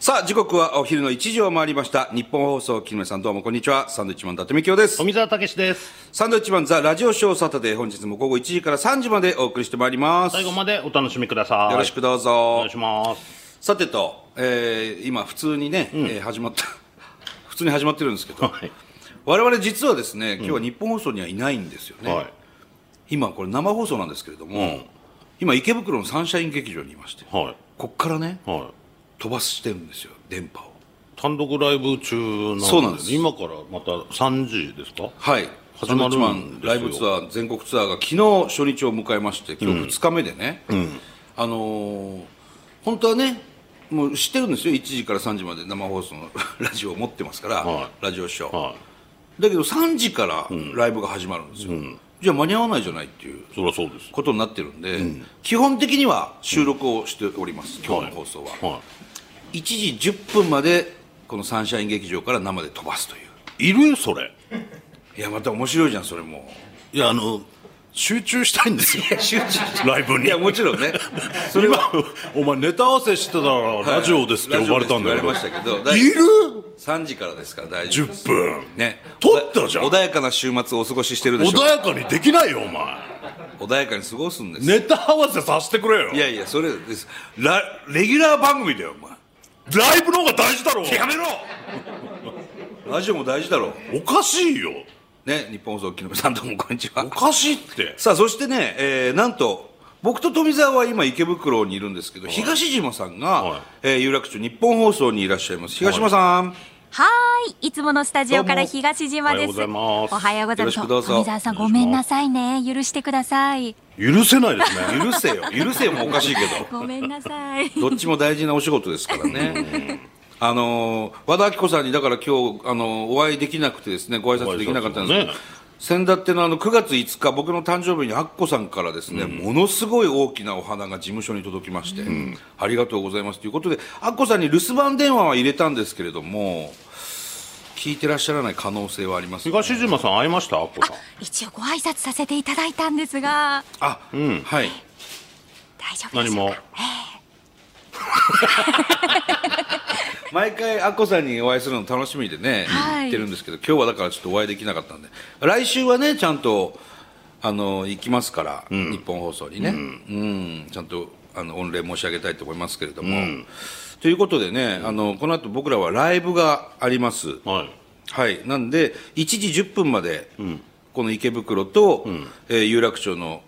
さあ、時刻はお昼の1時を回りました。日本放送、木村さんどうもこんにちは。サンドイッチマン、伊達美京です。富澤たけしです。サンドイッチマン、ザ・ラジオショーサタデー、本日も午後1時から3時までお送りしてまいります。最後よまでお楽しみください。ろしくどうおぞ願い。します。さてと、えー、今、普通にね、えー始まった、 普通に始まってるんですけど、はい。我々実はですね、今日は日本放送にはいないんですよね。はい。今、これ生放送なんですけれども、今、池袋のサンシャイン劇場にいまして、はい。こっからね、はい。飛ばしてるんですよ、電波を。単独ライブ中なんそうなんです今からまた3時ですかはい始サまるんですよンドウィッチマンライブツアー全国ツアーが昨日初日を迎えまして今日2日目でね、あのー本当はねもう知ってるんですよ1時から3時まで生放送の ラジオを持ってますから、はラジオショー、はだけど3時からライブが始まるんですよ、じゃあ間に合わないじゃないっていうい。そりゃそうです。ことになってるんで、基本的には収録をしております、今日の放送は、は1時10分までこのサンシャイン劇場から生で飛ばすというい。いるそれ。いやまた面白いじゃんそれもいや、あの、集中したいんですよ。集中ライブに。いやもちろん ねそれは、お前ネタ合わせしてたらラジオですって呼ばれたんだラジけオどで。すって言われましたけどい大る3時からですから大丈夫 ?10 分。ね撮ったじゃん穏やかな週末をお過ごししてるでしょ穏やかにできないよ、お前。穏やかに過ごすんです、ネタ合わせさせてくれよ。いやいやそれですラレギュラー番組だよお前ライブの方が大事だろ。やめろラジオも大事だろおかしいよ。うね日本放送木村さんどうもこんにちはおかしいって。さあそしてね、えーなんと僕と富澤は今池袋にいるんですけど、東島さんが、はいえー有楽町日本放送にいらっしゃいます東島さん、はーい、いつものスタジオから東島です。どうもおおははよようごうざいまございますす。よろしくどうぞ富澤さん、ごめんなさいね。許してください。許せないです ね。許せよ許せよもおかしいけどごめんなさい。どっちも大事なお仕事ですからね。あのー和田アキ子さんにだから今日あのーお会いできなくてですねご挨拶できなかったんですけどご挨拶もね先だってのあの9月5日僕の誕生日にアッコさんからですね、ものすごい大きなお花が事務所に届きまして、ありがとうございますということでアッコさんに留守番電話は入れたんですけれども聞いてらっしゃらない可能性はあります、ね、東島さん会いましたアッコさん。一応ご挨拶させていただいたんですが、あ、はい大丈夫で何すも。毎回アッコさんにお会いするの楽しみでね、はい行ってるんですけど今日はだからちょっとお会いできなかったんで来週はねちゃんとあの行きますから、日本放送にね、うんちゃんとあの御礼申し上げたいと思いますけれども、ということでね、あのこの後僕らはライブがあります、はい。はい、なんで1時10分まで、この池袋と、えー有楽町の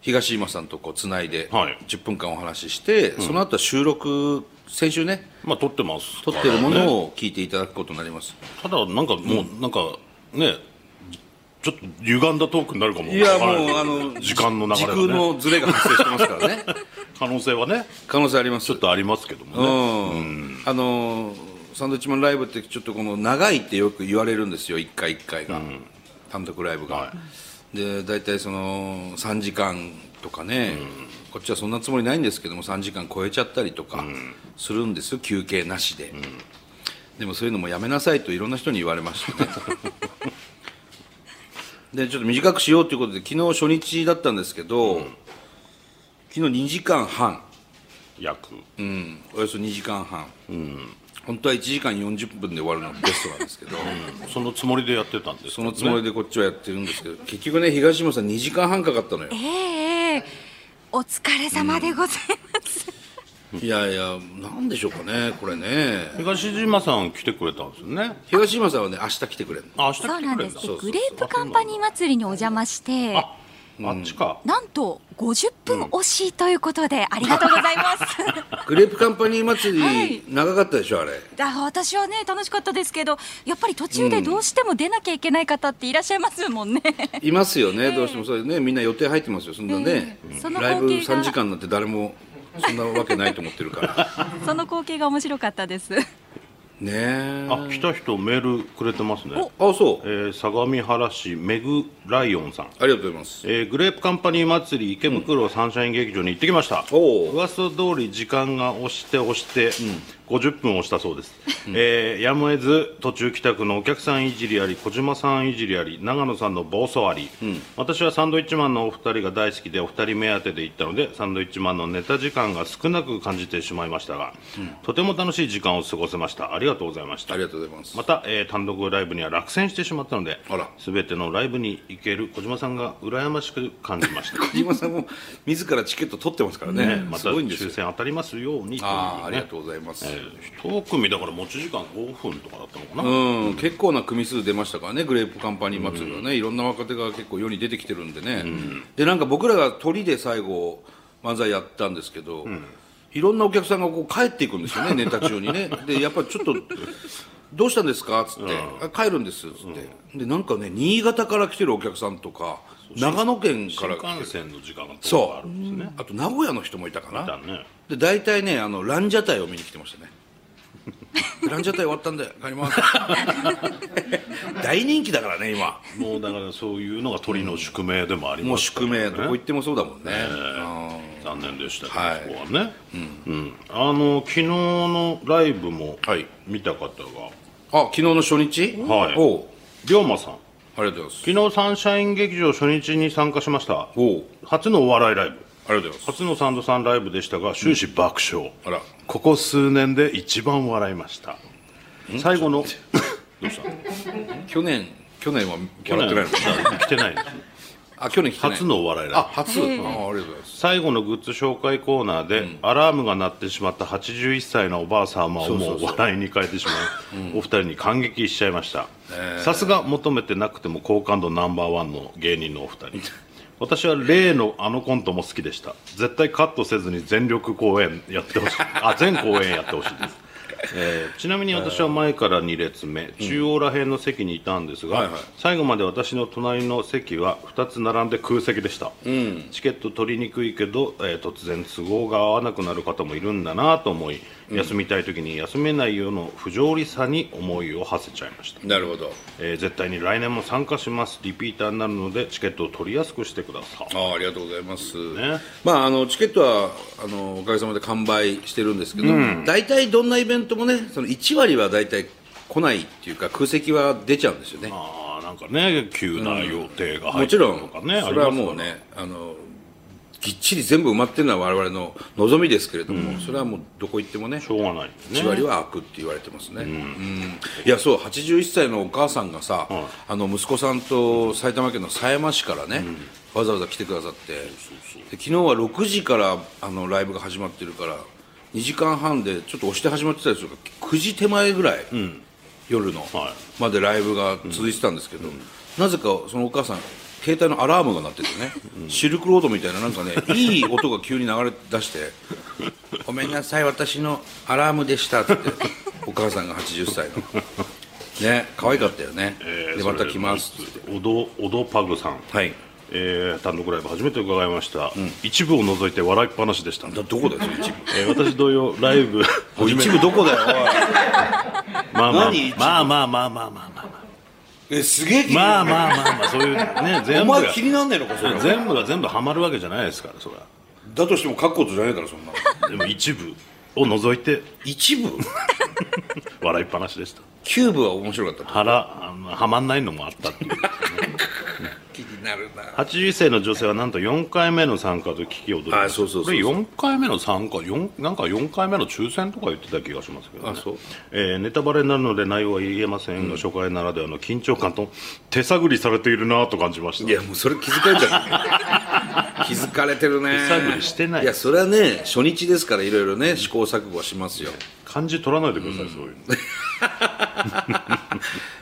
東今さんとこうつないで、はい10分間お話しして、その後は収録先週ねまあ撮ってます。撮ってるもね。のを聞いていただくことになります。ただなんかもうなんかね、ちょっと歪んだトークになるかも。いやわからもなうけどあの時間の流時れ空がね。のズレが発生してますからね。可能性はね、可能性あります。ちょっとありますけどもうね。ん。あのーサンドウィッチマンライブってちょっとこの長いってよく言われるんですよ一回一回が、単独ライブが、はで大体その3時間とかね、こっちはそんなつもりないんですけども3時間超えちゃったりとかするんですよ休憩なしで、でもそういうのもやめなさいといろんな人に言われましたね でちょっと短くしようということで昨日初日だったんですけど、昨日2時間半約。うん、およそ2時間半、本当は1時間40分で終わるのがベストなんですけど、そのつもりでやってたんですけどね。そのつもりでこっちはやってるんですけど、結局ね東山さん2時間半かかったのよええええお疲れ様でございます。いやいやなんでしょうかねこれね東島さん来てくれたんですよね。東島さんはね明日来てくれるのあ明日来てそうなくんれでんすだ。。そうそうそうグレープカンパニー祭りにお邪魔して、あ、あっちか。なんと50分惜しいということで、ありがとうござ います。グレープカンパニー祭り、はい長かったでしょあれあ私はね楽しかったですけどやっぱり途中でどうしても出なきゃいけない方っていらっしゃいますもんね、いますよね、どうしてもそれねみんな予定入ってますよそんなね、ええそのライブ光景が3時間なんて誰もそんなわけないと思ってるから その光景が面白かったですねえあ、来た人メールくれてますね。あそう、えー相模原市メグライオンさん、ありがとうございますえーグレープカンパニー祭り池袋サンシャイン劇場に行ってきました、おう噂通り時間が押して押して、 50分をしたそうです、えーやむを得ず途中帰宅のお客さんいじりあり小島さんいじりあり長野さんの暴走あり、私はサンドイッチマンのお二人が大好きでお二人目当てで行ったのでサンドイッチマンのネタ時間が少なく感じてしまいましたが、とても楽しい時間を過ごせましたありがとうございましたありがとうございますまた、えー単独ライブには落選してしまったのであら全てのライブに行ける小島さんが羨ましく感じました小島さんも自らチケット取ってますから ねね、またすごいんです抽よ選当たりますようにというねああありがとうございます、えー一組だから持ち時間5分とかだったのかな、うん、結構な組数出ましたからねグレープカンパニー祭りはね、いろんな若手が結構世に出てきてるんでね、でなんか僕らが鳥で最後漫才やったんですけど、いろんなお客さんがこう帰っていくんです よねネタ中にねでやっぱりちょっとどうしたんですかっつって、あ帰るんですっつって、でなんかね新潟から来てるお客さんとか長野県か新ら幹線の時間が結構そあうるんですねあと名古屋の人もいたかなだねで大体ねあのランジャタイを見に来てましたねランジャタイ終わったんで帰ります 大人気だからね今もうだからそういうのが鳥の宿命でもありもまうすか宿らね命どこ行ってもそうだもんね、残念でしたけはいど、そこはね、うんあの昨日のライブもはい見た方が、あ昨日の初日はいおう龍馬さんありがとうございます昨日サンシャイン劇場初日に参加しましたおう初のお笑いライブありがとうございます初のサンドさんライブでしたが終始爆笑、あらここ数年で一番笑いました最後の去年去年は笑ってないの来てないですあ去年来てない初のお笑いライあブ初あありがとうございます最後のグッズ紹介コーナーで、アラームが鳴ってしまった81歳のおばあ様をもう笑いに変えてしまうお二人に感激しちゃいましたさすが求めてなくても好感度ナンバーワンの芸人のお二人私は例のあのコントも好きでした絶対カットせずに全力公演やってほしいあ全公演やってほしいですえーちなみに私は前から2列目中央ら辺の席にいたんですが、はいはい最後まで私の隣の席は2つ並んで空席でした、チケット取りにくいけど、えー突然都合が合わなくなる方もいるんだなと思い、休みたい時に休めないような不条理さに思いを馳せちゃいました、なるほどえー絶対に来年も参加しますリピーターになるのでチケットを取りやすくしてくださいあありがとうございます、ねまあ、あのチケットはあのおかげさまで完売してるんですけど、大体どんなイベントもねその1割は大体来ないっていうか空席は出ちゃうんですよね、あーなんかね急な予定がも入ってちるろとんかね、それはあもうりますからねあのぎっちり全部埋まってるのは我々の望みですけれども、それはもうどこ行ってもねしょうがないですね1割は開くって言われてますね、うんいやそう81歳のお母さんがさ、あの息子さんと埼玉県の狭山市からね、わざわざ来てくださってで昨日は6時からあのライブが始まってるから2時間半でちょっと押して始まってたりするから9時手前ぐらい、夜の、はいまでライブが続いてたんですけど、なぜかそのお母さん携帯のアラームが鳴っててね、シルクロードみたいななんかねいい音が急に流れ出して「ごめんなさい私のアラームでした」って お母さんが80歳のね可愛かったよね、えーでまた来ますってそれオドオドパグさんはいえー単独ライブ初めて伺いました、一部を除いて笑いっぱなしでした、だどこだよそれ一部えー私同様ライブおい一部どこだよおいまあま何一部あまあまあまあまあまあえすげえ気にまなあまあるまあまあまあそういうね全お部が前気になんねえのかそれ全部が全部ハマるわけじゃないですからそれはだとしても書くことじゃねえだろそんなのでも一部を除いて一部笑いっぱなしでしたキューブは面白かったと腹あのはまんないのもあったっていう気になるな81歳の女性はなんと4回目の参加と聞き驚きましたあそうそうそうそうこれ4回目の参加四なんか4回目の抽選とか言ってた気がしますけど、ね、あそうえーネタバレになるので内容は言えませんが、初回ならではの緊張感と手探りされているなと感じましいたやもうそれ気づかれちゃう 気づかれてるね手探りしてないいやそれはね初日ですからいろいろね試行錯誤はしますよ感じ取らないでください、そういうの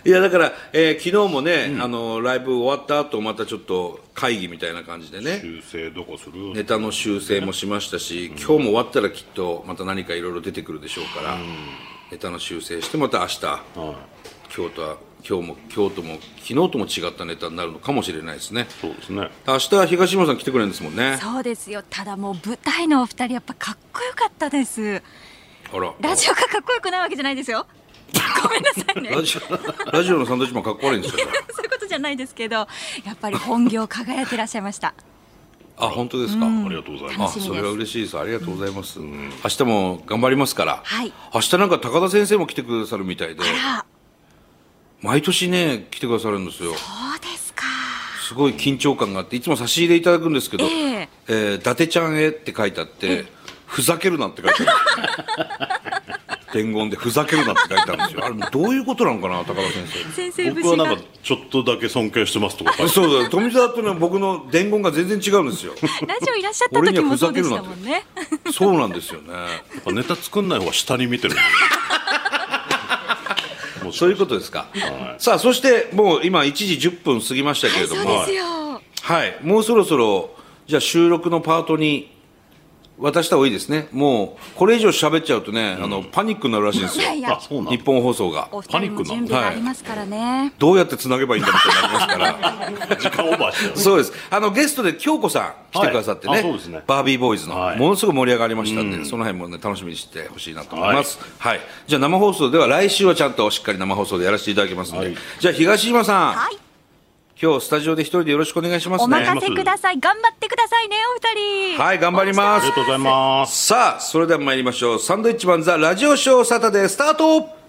いやだから、えー昨日もね、あのライブ終わった後またちょっと会議みたいな感じでね修正どこする、ネタの修正もしましたし、今日も終わったらきっとまた何かいろいろ出てくるでしょうから、ネタの修正してまた明日はい京都は今日も京都も昨日とも違ったネタになるのかもしれないですねそうですね明日は東山さん来てくれるんですもんねそうですよただもう舞台のお二人やっぱかっこよかったですあらラジオがかっこよくないわけじゃないですよごめんなさいね ラジオラジオのサンドイッチマンかっこ悪いんですよそういうことじゃないですけどやっぱり本業輝いてらっしゃいましたあ本当ですか、ありがとうござ いあます楽しみですそれは嬉しいですありがとうございます、明日も頑張りますから、はい明日なんか高田先生も来てくださるみたいであら毎年ね来てくださるんですよそうですかすごい緊張感があっていつも差し入れいただくんですけど「えええー伊達ちゃんへ」って書いてあって「ふざけるな」って書いてある 伝言で「ふざけるな」って書いてあるんですよあれどういうことなのかな高田先生先生僕節はがなんかちょっとだけ尊敬してますとか書いてそうだ富澤とね僕の伝言が全然違うんですよラジオいらっしゃった時もそうでしたもんねそうなんです よね やっぱネタ作んない方が下に見てるもうそういうことですか、さあそしてもう今1時10分過ぎましたけれどそうも、ですよはい、もうそろそろじゃあ収録のパートに渡した方がいいですねもうこれ以上喋っちゃうとね、あのパニックになるらしいんですいよやいやあそうなん日本放送がお二人も準備がありますからねどうやってつなげばいいんだってなりますから 時間オーバーしてそうですあのゲストで京子さん来てくださってね,、はいあそうですねバービーボーイズの、はいものすごく盛り上がりましたんで、その辺もね楽しみにしてほしいなと思います、はいじゃあ生放送では来週はちゃんとしっかり生放送でやらせていただきますので、はいじゃあ東島さん、はい今日スタジオで一人でよろしくお願いしますおね任せください頑張ってくださいねお二人はい頑張りまありすがとうございますさあそれでは参りましょうサンドイッチマンザラジオショーサタデースタート